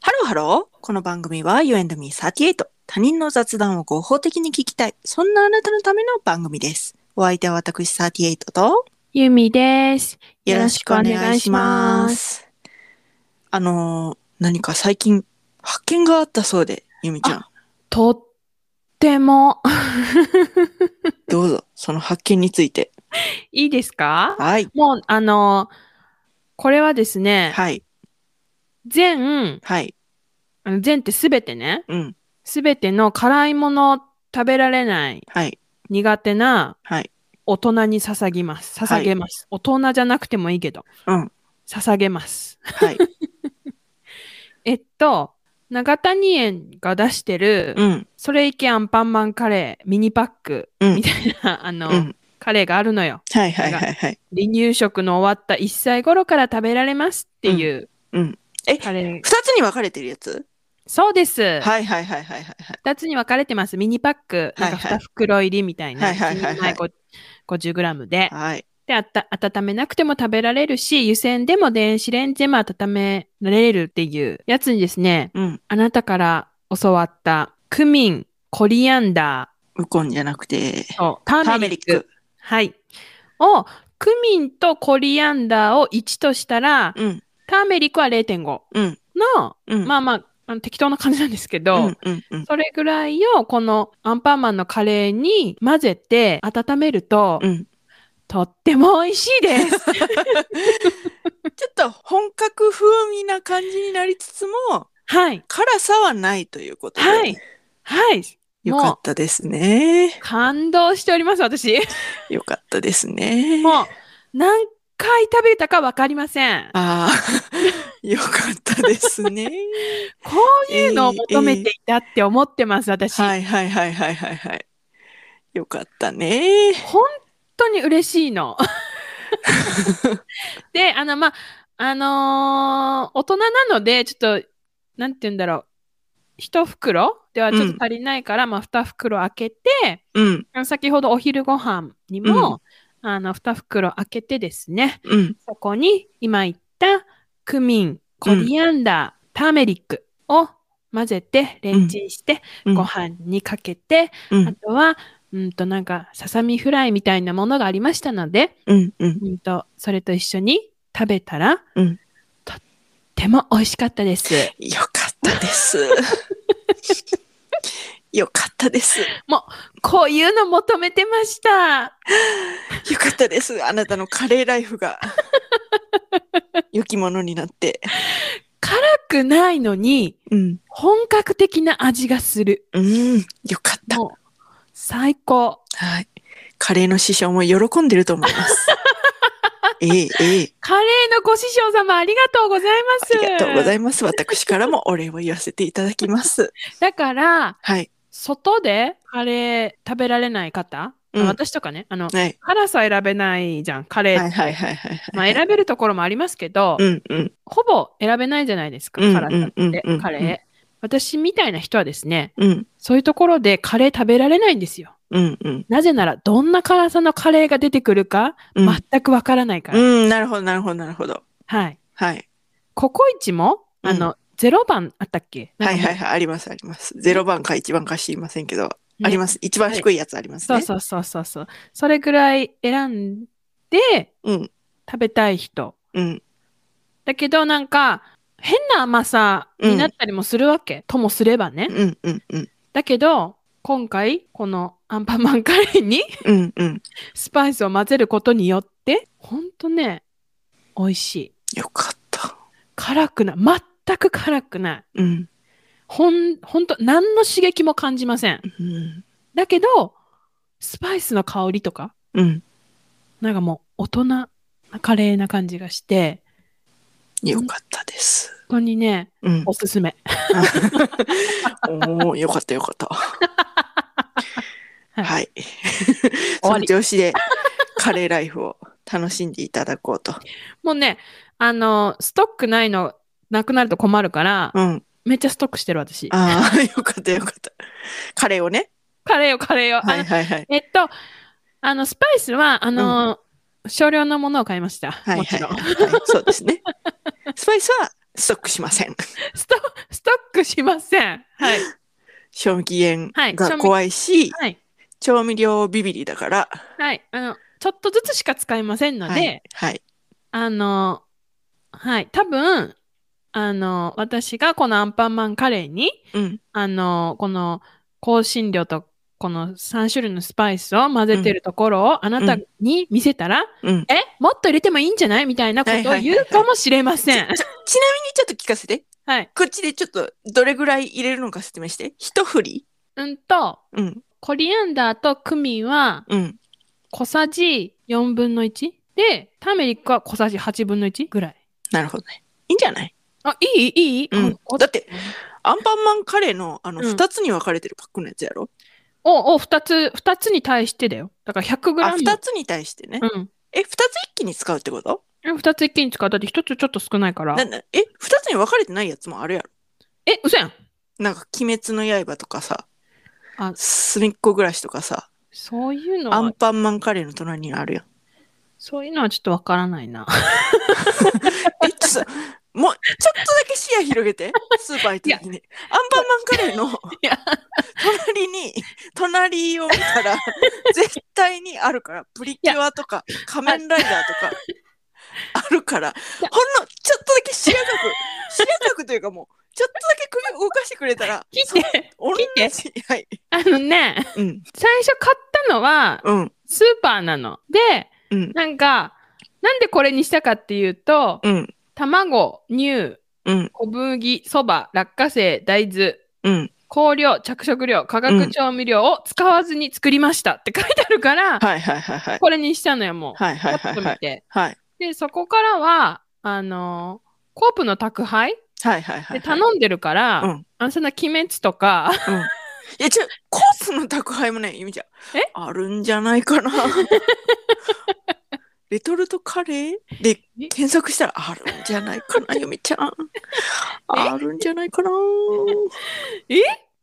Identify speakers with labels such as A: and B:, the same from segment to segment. A: ハロー。この番組は You and me38。他人の雑談を合法的に聞きたい。そんなあなたのための番組です。お相手は私38と
B: ゆみです。
A: よ
B: よ
A: ろ
B: ろ
A: し
B: し
A: くお
B: くお
A: 願
B: 願
A: い
B: い
A: し
B: し
A: ま。
B: ます
A: あのー何か最近発見があったそうで、ゆみちゃん。
B: とっても
A: どうぞ、その発見について。
B: いいですか
A: はい。
B: もう、あの、これはですね、
A: はい。
B: 全、
A: はい。
B: あの全ってすべてね、
A: うん。
B: すべての辛いもの食べられない
A: はい。
B: 苦手な
A: はい。
B: 大人に捧ぎます。
A: はい
B: 捧げます。大人じゃなくてもいいけど、
A: うん。
B: 捧げます。
A: はい。
B: えっと、長谷園が出してる、
A: うん。
B: それいけアンパンマンカレーミニパック
A: うん
B: みたいな、あの、
A: うん。
B: カレーがあるのよ。
A: はいはいはいはい。
B: 離乳食の終わった1歳頃から食べられますっていう、
A: うんうんえ
B: カレー
A: 二つに分かれてるやつ
B: そうです、
A: はいはいはいはいはいはい。
B: 2つに分かれてますミニパックなんか
A: はいはい
B: 2袋入りみたいな、
A: はいはいはいはい
B: 1人前 50g で
A: はい。
B: であった温めなくても食べられるし湯煎でも電子レンジでも温められるっていうやつにですね
A: うん。
B: あなたから教わったクミンコリアンダ
A: ウコンじゃなくて、
B: ーとタ
A: ターメ
B: ーメ
A: リ
B: リ
A: ッ
B: ッ
A: ク
B: ク。はいをクミンとコリアンダーを1としたら、
A: うん。
B: ターメリックは0.5
A: うん。
B: の、
A: うん。
B: まあまあ、あの適当な感じなんですけ
A: う
B: ど、
A: んうんうん。
B: それぐらいをこのアンパンマンのカレーに混ぜて温めると、
A: うん。
B: とっても美味し いです。
A: ちょっと本格風味な感じになりつつも、
B: はい。
A: 辛さはないということで。
B: はい。はい。
A: よかったですね。
B: 感動しておりま す、私。
A: よかったですね。
B: もう、何回食べたかわかりません。
A: ああ、 よかったですね。
B: こういうのを求めていたって思ってます、私。
A: はいはいはいはいはいはい。よかったね。
B: 本当に嬉しいの。で、あの、まあ、あのー大人なので、ちょっと、なんて言うんだろう。一袋ではちょっと足りないから、まあ、二袋開けて、
A: うん
B: あの先ほどお昼ご飯にも、あの、二袋開けてですね、
A: うん
B: そこに今言ったクミン、コリアンダー、ターメリックを混ぜて、レンチンして、
A: うん。
B: ご飯にかけて、
A: う
B: あ
A: ん
B: とは、うんとなんか、ささみフライみたいなものがありましたので、
A: うんうん。
B: うんと、それと一緒に食べたら、
A: うん
B: とっても美味しかったです。
A: よかったです。 よかったです。
B: こういうの求めてました。
A: よかったです。あなたのカレーライフ が良きものになって。
B: 辛くないのに、
A: うん。
B: 本格的な味がする。
A: うん。よかった。
B: もう、最高。
A: はい。カレーの師匠も喜んでると思い ます。ええ、ええ。
B: カレーのご師匠様ありがとうございま
A: あ
B: す。
A: りがとうござ
B: い
A: います。私からもお礼を言わせていただきます。
B: ます。だから、
A: はい。
B: 外でカレー食べられない方、
A: うん
B: 私とかね、あの、
A: はい。
B: 辛さ選べないじゃん、カレーって。
A: はいはいはいはいはい。
B: まあ、選べるところもありますけど、
A: うんうん。
B: ほぼ選べないじゃないですか、
A: うん
B: 辛さ
A: うんう
B: っ
A: ん
B: て
A: うんうん、
B: カレー。私みたいな人はですね、
A: うん
B: そういうところでカレー食べられないんですよ。
A: うんうん。
B: なぜなら、どんな辛さのカレーが出てくるか、
A: うん
B: 全くわからないから。
A: うん、なるほどなるほどなるほど。
B: はい。
A: はい。
B: ココイチも、
A: うん
B: あの、ゼロ番あったっけ
A: はいはい
B: い。。
A: はい。ありますあります。0番か1番か知りませんけど、ありますす。一番低いやつあります
B: そう
A: ね。
B: そうそうそうそう。それぐらい選んで
A: うん
B: 食べたい人。
A: うん
B: だけど、なんか、変な甘さになったりもするわけ。ともすればね。
A: うんうんうん
B: だけど、今回、このアンパンマンカレーに
A: うんうん。
B: スパイスを混ぜることによって、ほんとね、美味しい。
A: よかった。
B: 辛くない。全く辛くない。
A: うん
B: ほん、ほんと、何の刺激も感じません。
A: うん
B: だけど、スパイスの香りとか、
A: うん。
B: なんかもう大人なカレーな感じがして、
A: よかったです。
B: 本当にね、
A: うん。
B: おすすめ。
A: おお、よかったよかった。
B: はい
A: はい。
B: 終
A: そ
B: わ
A: の
B: り
A: 調子でカレーライフを楽しんでいただこうと。
B: もうね、あの、ストックないの、なくなると困るから、
A: うん。
B: めっちゃストックしてる私。
A: ああ、よかったよかった。カレーをね。
B: カレーよ、カレーよ。あの
A: はいはいはい。
B: えっと、あの、スパイスは、あの、少量のものを買いました。
A: はい
B: も
A: は
B: ち
A: い
B: ろん。
A: はい。そうですね。スパイスはストックしません。
B: スト、ストックしません。はい。
A: 賞味期限
B: はい賞味
A: が怖いし、
B: はい。
A: 調味料ビビリだから。
B: はい。あの、ちょっとずつしか使いませんので、
A: はい。はい。
B: あの、はい。多分、あの、私がこのアンパンマンカレーに、
A: うん。
B: あの、この香辛料とこの3種類のスパイスを混ぜてるところをあなたに見せたら、
A: うん。
B: えもっと入れてもいいんじゃないみたいなことを言うかもしれません。
A: ちょっと聞かせて。
B: はい。
A: こっちでちょっとどれぐらい入れるのか説明して。一振り
B: うんと、
A: うん。
B: コリアンダーとクミンは
A: うん。
B: 小さじ4分の1で、ターメリックは小さじ8分の1ぐらい。
A: なるほどね。いいんじゃない
B: あ、いいいい、
A: うん
B: あ
A: だって、アンパンマンカレーのあの
B: うん
A: 2つに分かれてるパックのやつやろ、
B: お、お、2つ、二つに対してだよ。だから 100g。
A: あ、2つに対してね。
B: うん。
A: え、2つ一気に使うってこと
B: うん2つ一気に使う。だって1つちょっと少ないから
A: な。なえ、2つに分かれてないやつもあるやろ
B: え、嘘やん。
A: なんか、鬼滅の刃とかさ
B: あ、
A: すみっこ暮らしとかさ、
B: そういうの
A: ア
B: は
A: ン、パンマンカレーの隣にあるやん。
B: そういうのはちょっとわからな いな。
A: え、ちょっと、もう、ちょっとだけ視野広げ て、スーパー行った時に。アンパンマンカレーの
B: いや
A: 隣に、隣を見たら、絶対にあるから、プリキュアとか、仮面ライダーとか、あるから、ほんのちょっとだけ視野角、視野角というかもう、ちょっとだけ首動かしてくれたら、
B: 聞
A: そ
B: いて、
A: 同
B: 聞いて。
A: じ、はい。
B: あのね、
A: うん、
B: 最初買ったのは、
A: うん、
B: スーパーなの。で、
A: うん、
B: なんか、なんでこれにしたかっていうと、
A: うん、
B: 卵、乳、
A: うん、
B: 小麦、そば、落花生、大豆、
A: うん。
B: 香料、着色料、化学調味料を使わずに作りましたって書いてあるから、
A: はいはいはいはい。
B: これにしたのよ、もう。
A: はいはい
B: パ
A: は
B: ッ
A: い
B: と
A: は
B: 見
A: い。
B: て。
A: はい
B: で、そこからは、あのーコープの宅配
A: はいはいはい。
B: で頼んでるから、
A: うん
B: あのそんな鬼滅とか、
A: いや、ちょ、コープの宅配もね、ゆみちゃん。
B: え
A: あるんじゃない かな。レトルトカレーで検索したらあるんじゃないかな、ゆみちゃん。あるんじゃないかな。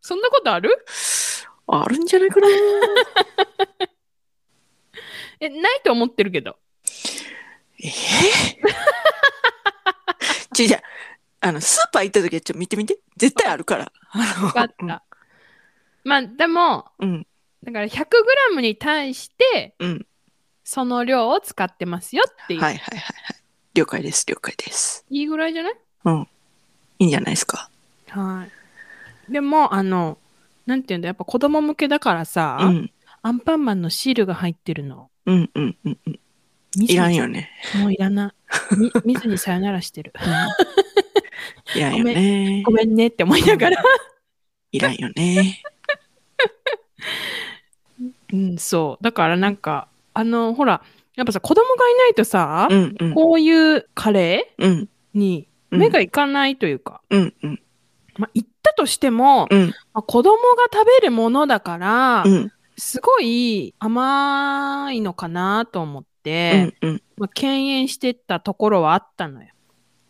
B: そんなことある
A: あるんじゃないかな。
B: え、ないと思ってるけど。
A: えー、ちょ、じゃあ、あの、スーパー行った時はちょっと見てみて。絶対あるから。
B: 分かった。まあ、でも、
A: うん。
B: だから 100g に対して、
A: うん
B: その量を使ってますよっていう。
A: はい
B: い、
A: はいはいはい。了解です、了解です。
B: いぐらいじゃない
A: いいんじゃないですか。
B: はい。でも、あの、なんていうんだ、やっぱ子供向けだからさ、
A: うん。
B: アンパンマンのシールが入ってるの。
A: うんうんうんうん。
B: 見ずに
A: いらんよね。
B: もういらない。み 見ずにさよならし てる。
A: いらんよね
B: ご。めんねって思いながら。
A: いらんよね。
B: うん、そう。だからなんか、あの、ほら、やっぱさ、子供がいないとさ、
A: うんうん
B: こういうカレ
A: うん
B: ーに
A: うん
B: 目がいかないというか、
A: うんうん
B: まあ、行ったとしても、
A: うん
B: まあ、子供が食べるものだから、
A: うん
B: すごい甘いのかなと思って、
A: うん
B: まあ、敬遠してったところはあったのよ。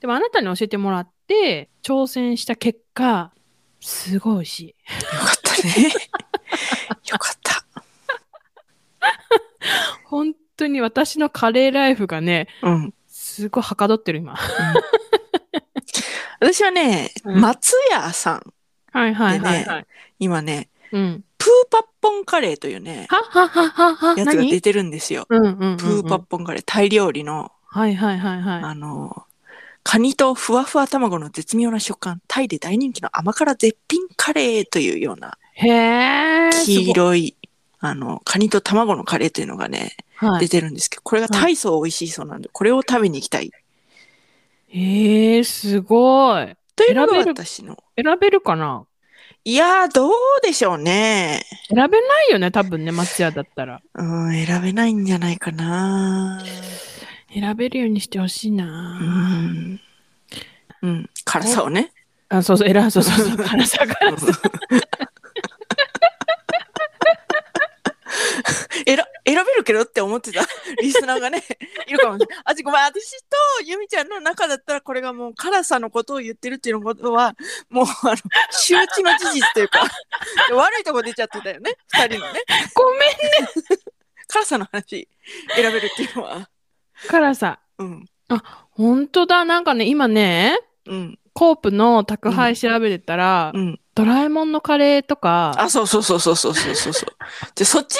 B: でもあなたに教えてもらって挑戦した結果すごい美味しい。
A: よかった ね。よかった。
B: 本当に私のカレーライフがね
A: うんうん
B: すごいはかどってる今。
A: 私はね、
B: うん
A: 松屋さん
B: はいはいはい
A: で
B: はい。
A: 今ね
B: うん、
A: プーパッポンカレーというね
B: ははははは
A: やつが出
B: 何
A: てるんですよ。
B: うんうんうんうん、
A: プーパッポンカレータイ料理の
B: はいはいはいは。
A: あのカニとふわふわ卵の絶妙な食感タイで大人気の甘辛絶品カレーというようない
B: へーすごい
A: 黄色いあのカニと卵のカレーというのがね
B: は
A: 出
B: い、
A: てるんですけどこれが大層美味しいそうなんでこれを食べに行きたい
B: へえすごい。
A: というのが
B: 選べる
A: 私の
B: 選べるかない
A: やー、どうでしょうね。
B: 選べないよね多分ね松屋だったら。
A: うん、選べないんじゃないかな。
B: 選べるようにしてほしいな
A: う。ん。うん、辛さをね。
B: あ、そうそう、偉い、そうそうそう、辛さ辛さ。
A: 選選べるけどって思ってたリスナーがね、いるかもしれない。あちごめん、私とゆみちゃんの中だったら、これがもう辛さのことを言ってるっていうことは、もう、あの、周知の事実というか、で悪いとこ出ちゃってたよね、二人のね。
B: ごめん。
A: 辛さの話、選べるっていうのは。
B: 辛さ。
A: うん、
B: 本当だ。なんかね、今ね、
A: うん、
B: コープの宅配調べてたら、
A: うん。
B: ドラえもんのカレーとか、
A: あ、そうそうそうそうそうそうそうそう。じゃ、そっち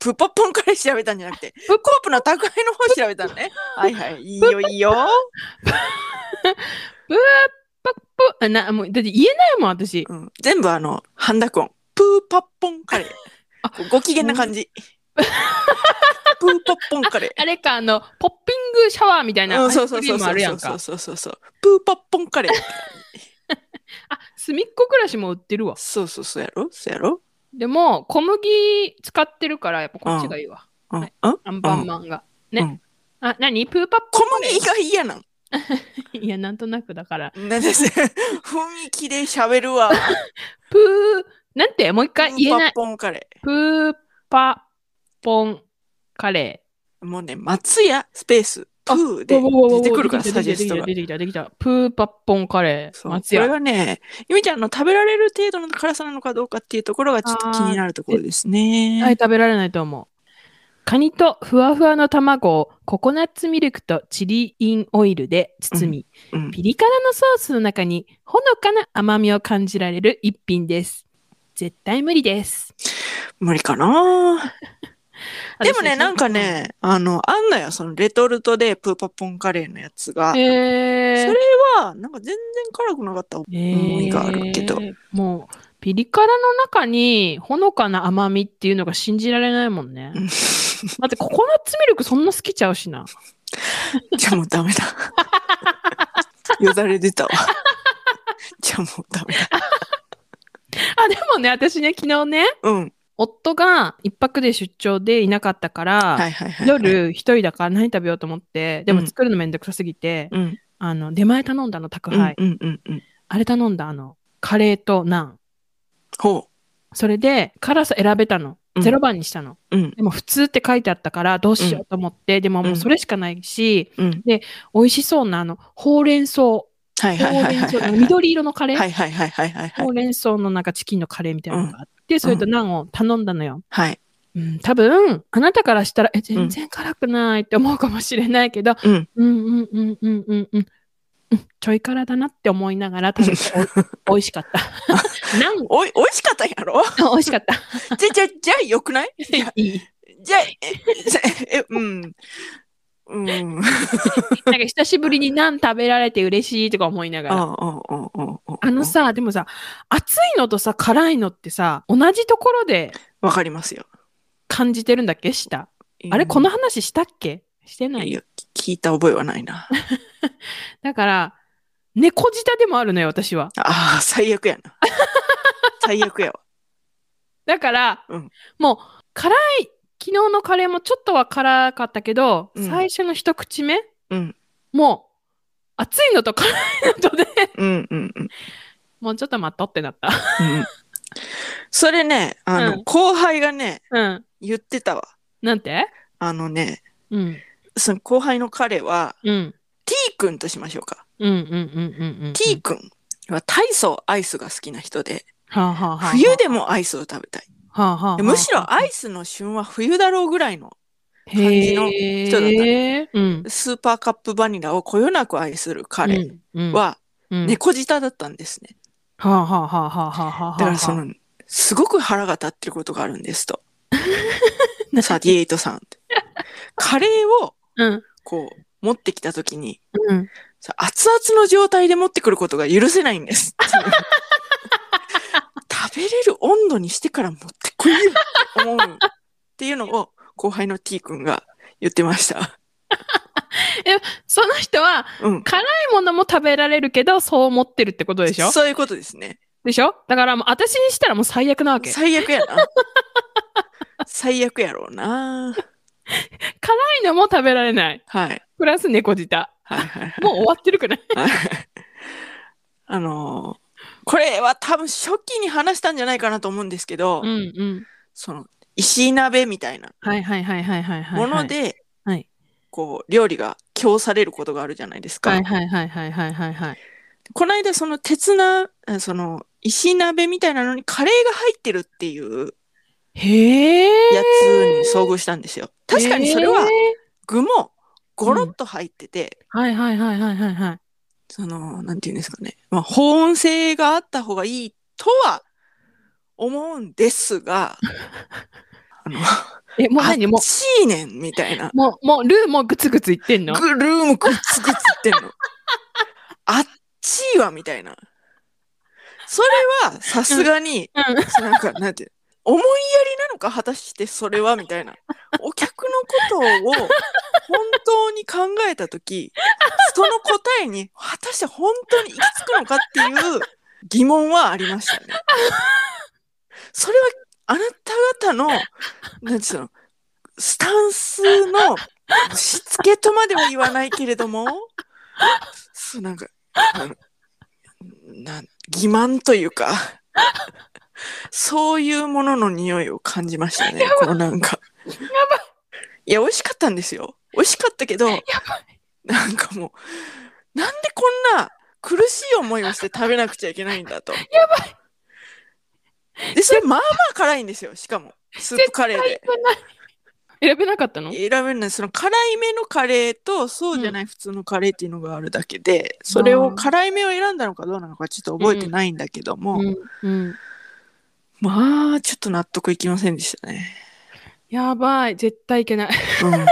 A: プポポンから調べたんじゃなくて、
B: プ
A: コープの宅配の方調べたのね。はいはい。いいよ、いいよ。
B: パッポ、あな、もう、だって言えないもん、私。
A: うん、全部あの、ハンダコン。プーパッポンカレー。
B: あ
A: こうご機嫌な感じ。プーパッポンカレー。
B: あれか、あの、ポッピングシャワーみたいな、
A: う
B: アイ
A: ん、そう
B: ス
A: そう
B: クリ
A: そ
B: ー
A: う
B: ムある
A: そ
B: やん
A: うそ
B: か
A: う。そうそうそう。プーパッポンカレー。
B: あ、隅っこ暮らしも売ってるわ。
A: そうそうそうやろそうやろ
B: でも、小麦使ってるから、やっぱこっちがいいわ。
A: うん、
B: はい
A: うん
B: アンパンマンが。
A: う
B: ね
A: ん。
B: あ、なにプーパッポ
A: 小
B: ンカレー
A: 麦が嫌なん。
B: いや、なんとなくだから。
A: なんです。 雰囲気で喋るわ。
B: プー、なんて、もう一
A: プ
B: 回言えない
A: ー。ポンカレ
B: プーパポンカレ
A: ー。もうね、松屋スペース、プー
B: ー。
A: で
B: おおおおお
A: 出てくるから、
B: 出
A: サ
B: てきた
A: ジェストが。
B: 出てきた、出てきた。出てきたプーパポンカレー。
A: そうこ
B: 松
A: れ
B: 屋。
A: がね、ゆみちゃんの食べられる程度の辛さなのかどうかっていうところがちょっと気になるところですね。
B: はい、食べられないと思う。カニとふわふわの卵をココナッツミルクとチリインオイルで包み、
A: うん
B: ピリ辛のソースの中にほのかな甘みを感じられる一品です。絶対無理です。
A: 無理かなでもね、なんか
B: 私、
A: ね、あの、あんのよ、そのレトルトでプーパッポンカレーのやつが。
B: えー、
A: それは、なんか全然辛くなかった。思いがあるけど
B: えーもうピリ辛の中にほのかな甘みっていうのが信じられないもん ね
A: うん
B: だってココナッツミルクそんな好きちゃうしな
A: じゃあもうダメだ。 よだれ出たわ。 じゃあもうダメだ。
B: あでもね私ね昨日ね
A: うん。
B: 夫が一泊で出張でいなかったから、
A: はいはいはい。。
B: 夜一人だから何食べようと思ってで
A: う
B: も
A: ん
B: 作るのめんどくさすぎて、
A: うん。
B: あの出前頼んだの宅
A: うん
B: 配、
A: うんうんうん。
B: あれ頼んだあのカレーとナン
A: ほ
B: それで辛さ選べたの
A: うん
B: 0番にしたの、
A: う。うん
B: でも普通って書いてあったからどうしようと思って、でももうそれしかないし、
A: うん。
B: 美味しそうなあのほうれん草ほ
A: はいうはいは
B: れ
A: い
B: ん
A: はい
B: 草
A: はい。
B: 緑色のカレー、
A: はいはいはいはいはいは
B: ほ
A: い。
B: うれん草のなんかチキンのカレーみたいなのがあって、それとナンを頼んだのよ、
A: はい。
B: うん、多分あなたからしたらえ全然辛くないって思うかもしれないけど、
A: うん、
B: うんうんうんうんうんうんうんちょい辛だなって思いなが ら食べてお美味しかった ナン
A: おい、美味しかったんやろ
B: 美味しかった
A: じゃ、じゃ、じゃあよくないじゃ、
B: いい
A: じゃ、えじゃ、え、うん。うん。
B: なんか久しぶりにナン食べられて嬉しいとか思いながら
A: あああああ
B: あのさ、でもさ、熱いのとさ、辛いのってさ、同じところで
A: わかりますよ。
B: 感じてるんだっけした。あれこの話したっけしてないい。
A: や聞いた覚えはないな。
B: だから、猫舌でもあるのよ、私は。
A: ああ、最悪やな。最悪やわ。
B: だから、
A: うん
B: もう、辛い、昨日のカレーもちょっとは辛かったけど、
A: うん
B: 最初の一口目、
A: うん
B: もう、熱いのと辛いのとで、
A: うんうんうん。
B: もうちょっと待っとってなった。
A: うんそれね、あの、
B: うん
A: 後輩がね、
B: うん。
A: 言ってたわ。
B: なんて
A: あのね、
B: うん。
A: その後輩の彼は、
B: うん。
A: T 君としましょうか。
B: うんうんうんうんうん。
A: T 君は大層アイスが好きな人で、
B: はあはあはあはあ
A: 冬でもアイスを食べたい。
B: はあはあはあ
A: むしろアイスの旬は冬だろうぐらいの、感じの人だったの
B: へーうん。
A: スーパーカップバニラをこよなく愛する彼
B: うん、
A: は、
B: うん、
A: 猫舌だったんですね。
B: はあはあはあはあはあはあはあ。
A: だからその、すごく腹が立ってることがあるんです と。サディエイトさんって。カレーを
B: うん。
A: こう持ってきたときに、
B: うん。
A: さ熱々の状態で持ってくることが許せないんです っていう。食べれる温度にしてから持ってこいよって思うっていうのを後輩の T 君が言ってました。
B: その人は、
A: うん。
B: 辛いものも食べられるけど、そう思ってるってことでしょ
A: そういうことですね。
B: でしょだからもう、私にしたらもう最悪なわけ。辛
A: 最悪やな。最悪やろうな。
B: いのも食べられない。
A: はい。
B: プラス猫舌。
A: はいはいはい。
B: もう終わってるくない
A: あのーこれは多分初期に話したんじゃないかなと思うんですけど、
B: うんうん。
A: その石鍋みたいな
B: はいはいはいはいはいはい。
A: もの。で、
B: はい
A: こう料理が供されることがあるじゃないですか。
B: はいはいはいはいはいはいはい。
A: この間その鉄なあその石鍋みたいなのにカレーが入ってるっていう
B: へえ。
A: やつに遭遇したんですよ。確かにそれは
B: へー
A: 具もゴロッと入ってて、
B: はいはいはいはいはいはい。
A: その、なんていうんですかね。まあ、保温性があった方がいいとは思うんです が、あの、
B: え、もう何も
A: 暑いねんみたいな。
B: う、もう、もう、ルーもグツグツ言ってんの
A: ぐルームくっつくっつって んの。あっちいわ、みたいな。それは、さすがに、
B: うん
A: なんか、なんていう、思いやりなのか、果たしてそれは、みたいな。お客のことを、本当に考えたとき、その答えに、果たして本当に行き着くのかっていう疑問はありましたね。それは、あなた方の、なんていうの、スタンスの、しつけとまでは言わないけれども、そうなんか、あのなん欺瞞というか、そういうものの匂いを感じましたね。このなんか。いや、美味しかったんですよ。美味しかったけど、なんかもう、なんでこんな苦しい思いをして食べなくちゃいけないんだと。やばい。で、それ、まあまあ辛いんですよ。しかも、スープカレーで。
B: 選べなかったの
A: 選べるのはその辛いめのカレーとそうじゃない普通のカレーっていうのがあるだけで、それを辛いめを選んだのかどうなのかちょっと覚えてないんだけども、
B: うん、うん。
A: まあちょっと納得いきませんでしたね、
B: やばい、絶対いけない。
A: うん、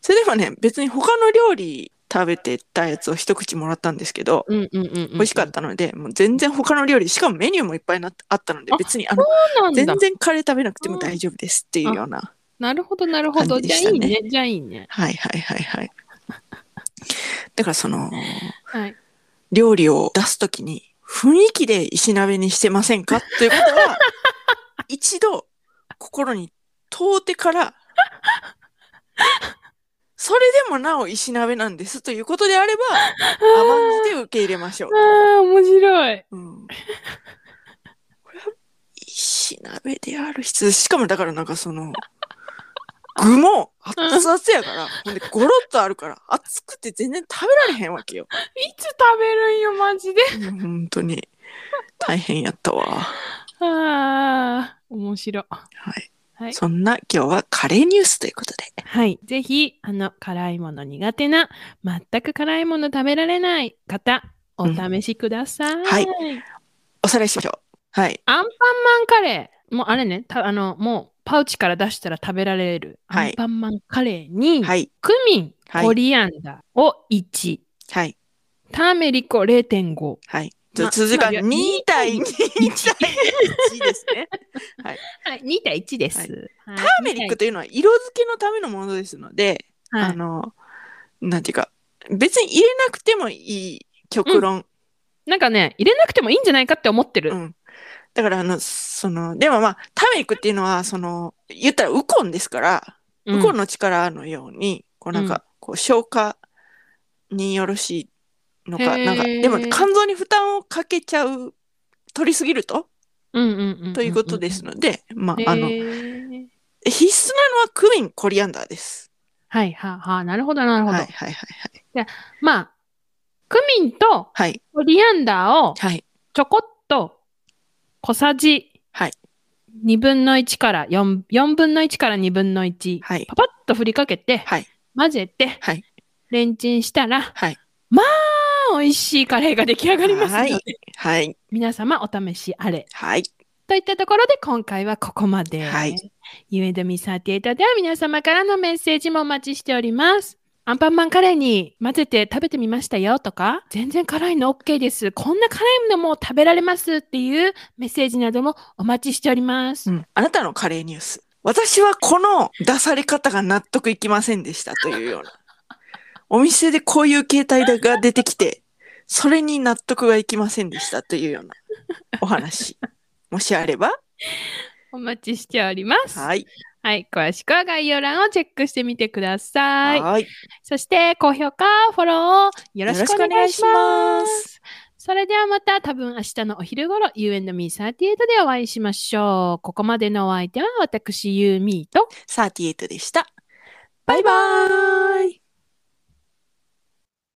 A: それでもね別に他の料理食べてたやつを一口もらったんですけど、
B: うんうんうん、うん。
A: 美味しかったのでもう全然他の料理しかもメニューもいっぱいなあったので
B: あ
A: 別にあの
B: そうなん
A: 全
B: だ。
A: 然カレー食べなくても大丈夫ですっていうような
B: なるほど、なるほど。
A: 感じ
B: じ
A: でした
B: ゃあいい
A: ね
B: ね、じゃあいいね。
A: はいはいはいはいだからそ の
B: はい。
A: 料理を出すときに雰囲気で石鍋にしてませんかということは一度心に問うてからそれでもなお石鍋なんですということであれば甘んじて受け入れましょう
B: あ。ー、面白い。
A: うん、これは石鍋である必要しかもだからなんかその具も熱々やからほんでゴロッとあるから熱くて全然食べられへんわけよ。
B: いつ食べるんよ、マジで。
A: いや 本当に大変やったわ。は
B: あー、面白。
A: い。
B: はい。
A: そんな今日はカレーニュースということで。
B: はい。ぜひ、あの、辛いもの苦手な、全く辛いもの食べられない方、お試しください。
A: んはい。おさらいしましょう。はい。
B: アンパンマンカレー。もうあれね、たあの、もうパウチから出したら食べられる。
A: はい
B: アンパンマンカレーに、
A: はい。
B: クミン、
A: はい
B: コリアンダーを1、
A: はい。
B: ターメリコ0.5。
A: はい。じゃあ
B: ま
A: 続きは
B: まあ
A: 2対2 2対1ですね。
B: はい、2対1です。 はい
A: ターメリックというのは色付けのためのものですので、
B: はい
A: あの、なんていうか、別に入れなくてもいい極論。
B: なんかね、入れなくてもいいんじゃないかって思ってる。
A: うん。だからあの、その、でもまあ、ターメリックっていうのは、その、言ったらウコンですから、
B: うん
A: ウコンの力のように、こうなん
B: うん
A: か、こう消化によろしいのか、
B: へー
A: なんか、でも肝臓に負担をかけちゃう、取りすぎると、
B: うんうんうんうん
A: ということです。ので、ま
B: へー
A: あ、あの、必須なのはクミン、コリアンダーです。
B: はい、はあ、はあ、なるほど、なる
A: はい
B: ほど。
A: はいはいはい。
B: まあ、クミンと
A: はい
B: コリアンダーを
A: はい。
B: ちょこっと小さじ
A: はい
B: 2分の1から4、4分の1から2分の1、
A: はい
B: パパッと振りかけて、
A: はい
B: 混ぜて、
A: はい
B: レンチンしたら、
A: はい
B: まあ、美味しいカレーが出来上がりますので、
A: はいはい
B: 皆様お試しあれ。
A: はい。
B: といったところで今回はここまで。
A: はい
B: ゆえどみ38では皆様からのメッセージもお待ちしております。アンパンマンカレーに混ぜて食べてみましたよとか、全然辛いの OK です。こんな辛いのも食べられますっていうメッセージなどもお待ちしております。
A: うんあなたのカレーニュース。私はこの出され方が納得いきませんでしたというような。お店でこういう形態が出てきて、それに納得がいきませんでしたというようなお話。もしあれば、
B: お待ちしております。はい、
A: はい。
B: 詳しくは概要欄をチェックしてみてください。
A: はい。
B: そして高評価、フォローをよろしくお願いし
A: よろしくお願
B: ま。
A: いします
B: それではまた多分明日のお昼頃 You and me38 でお会いしましょう。ここまでのお相手は私ユーミーと
A: 38でした。バイバーイ。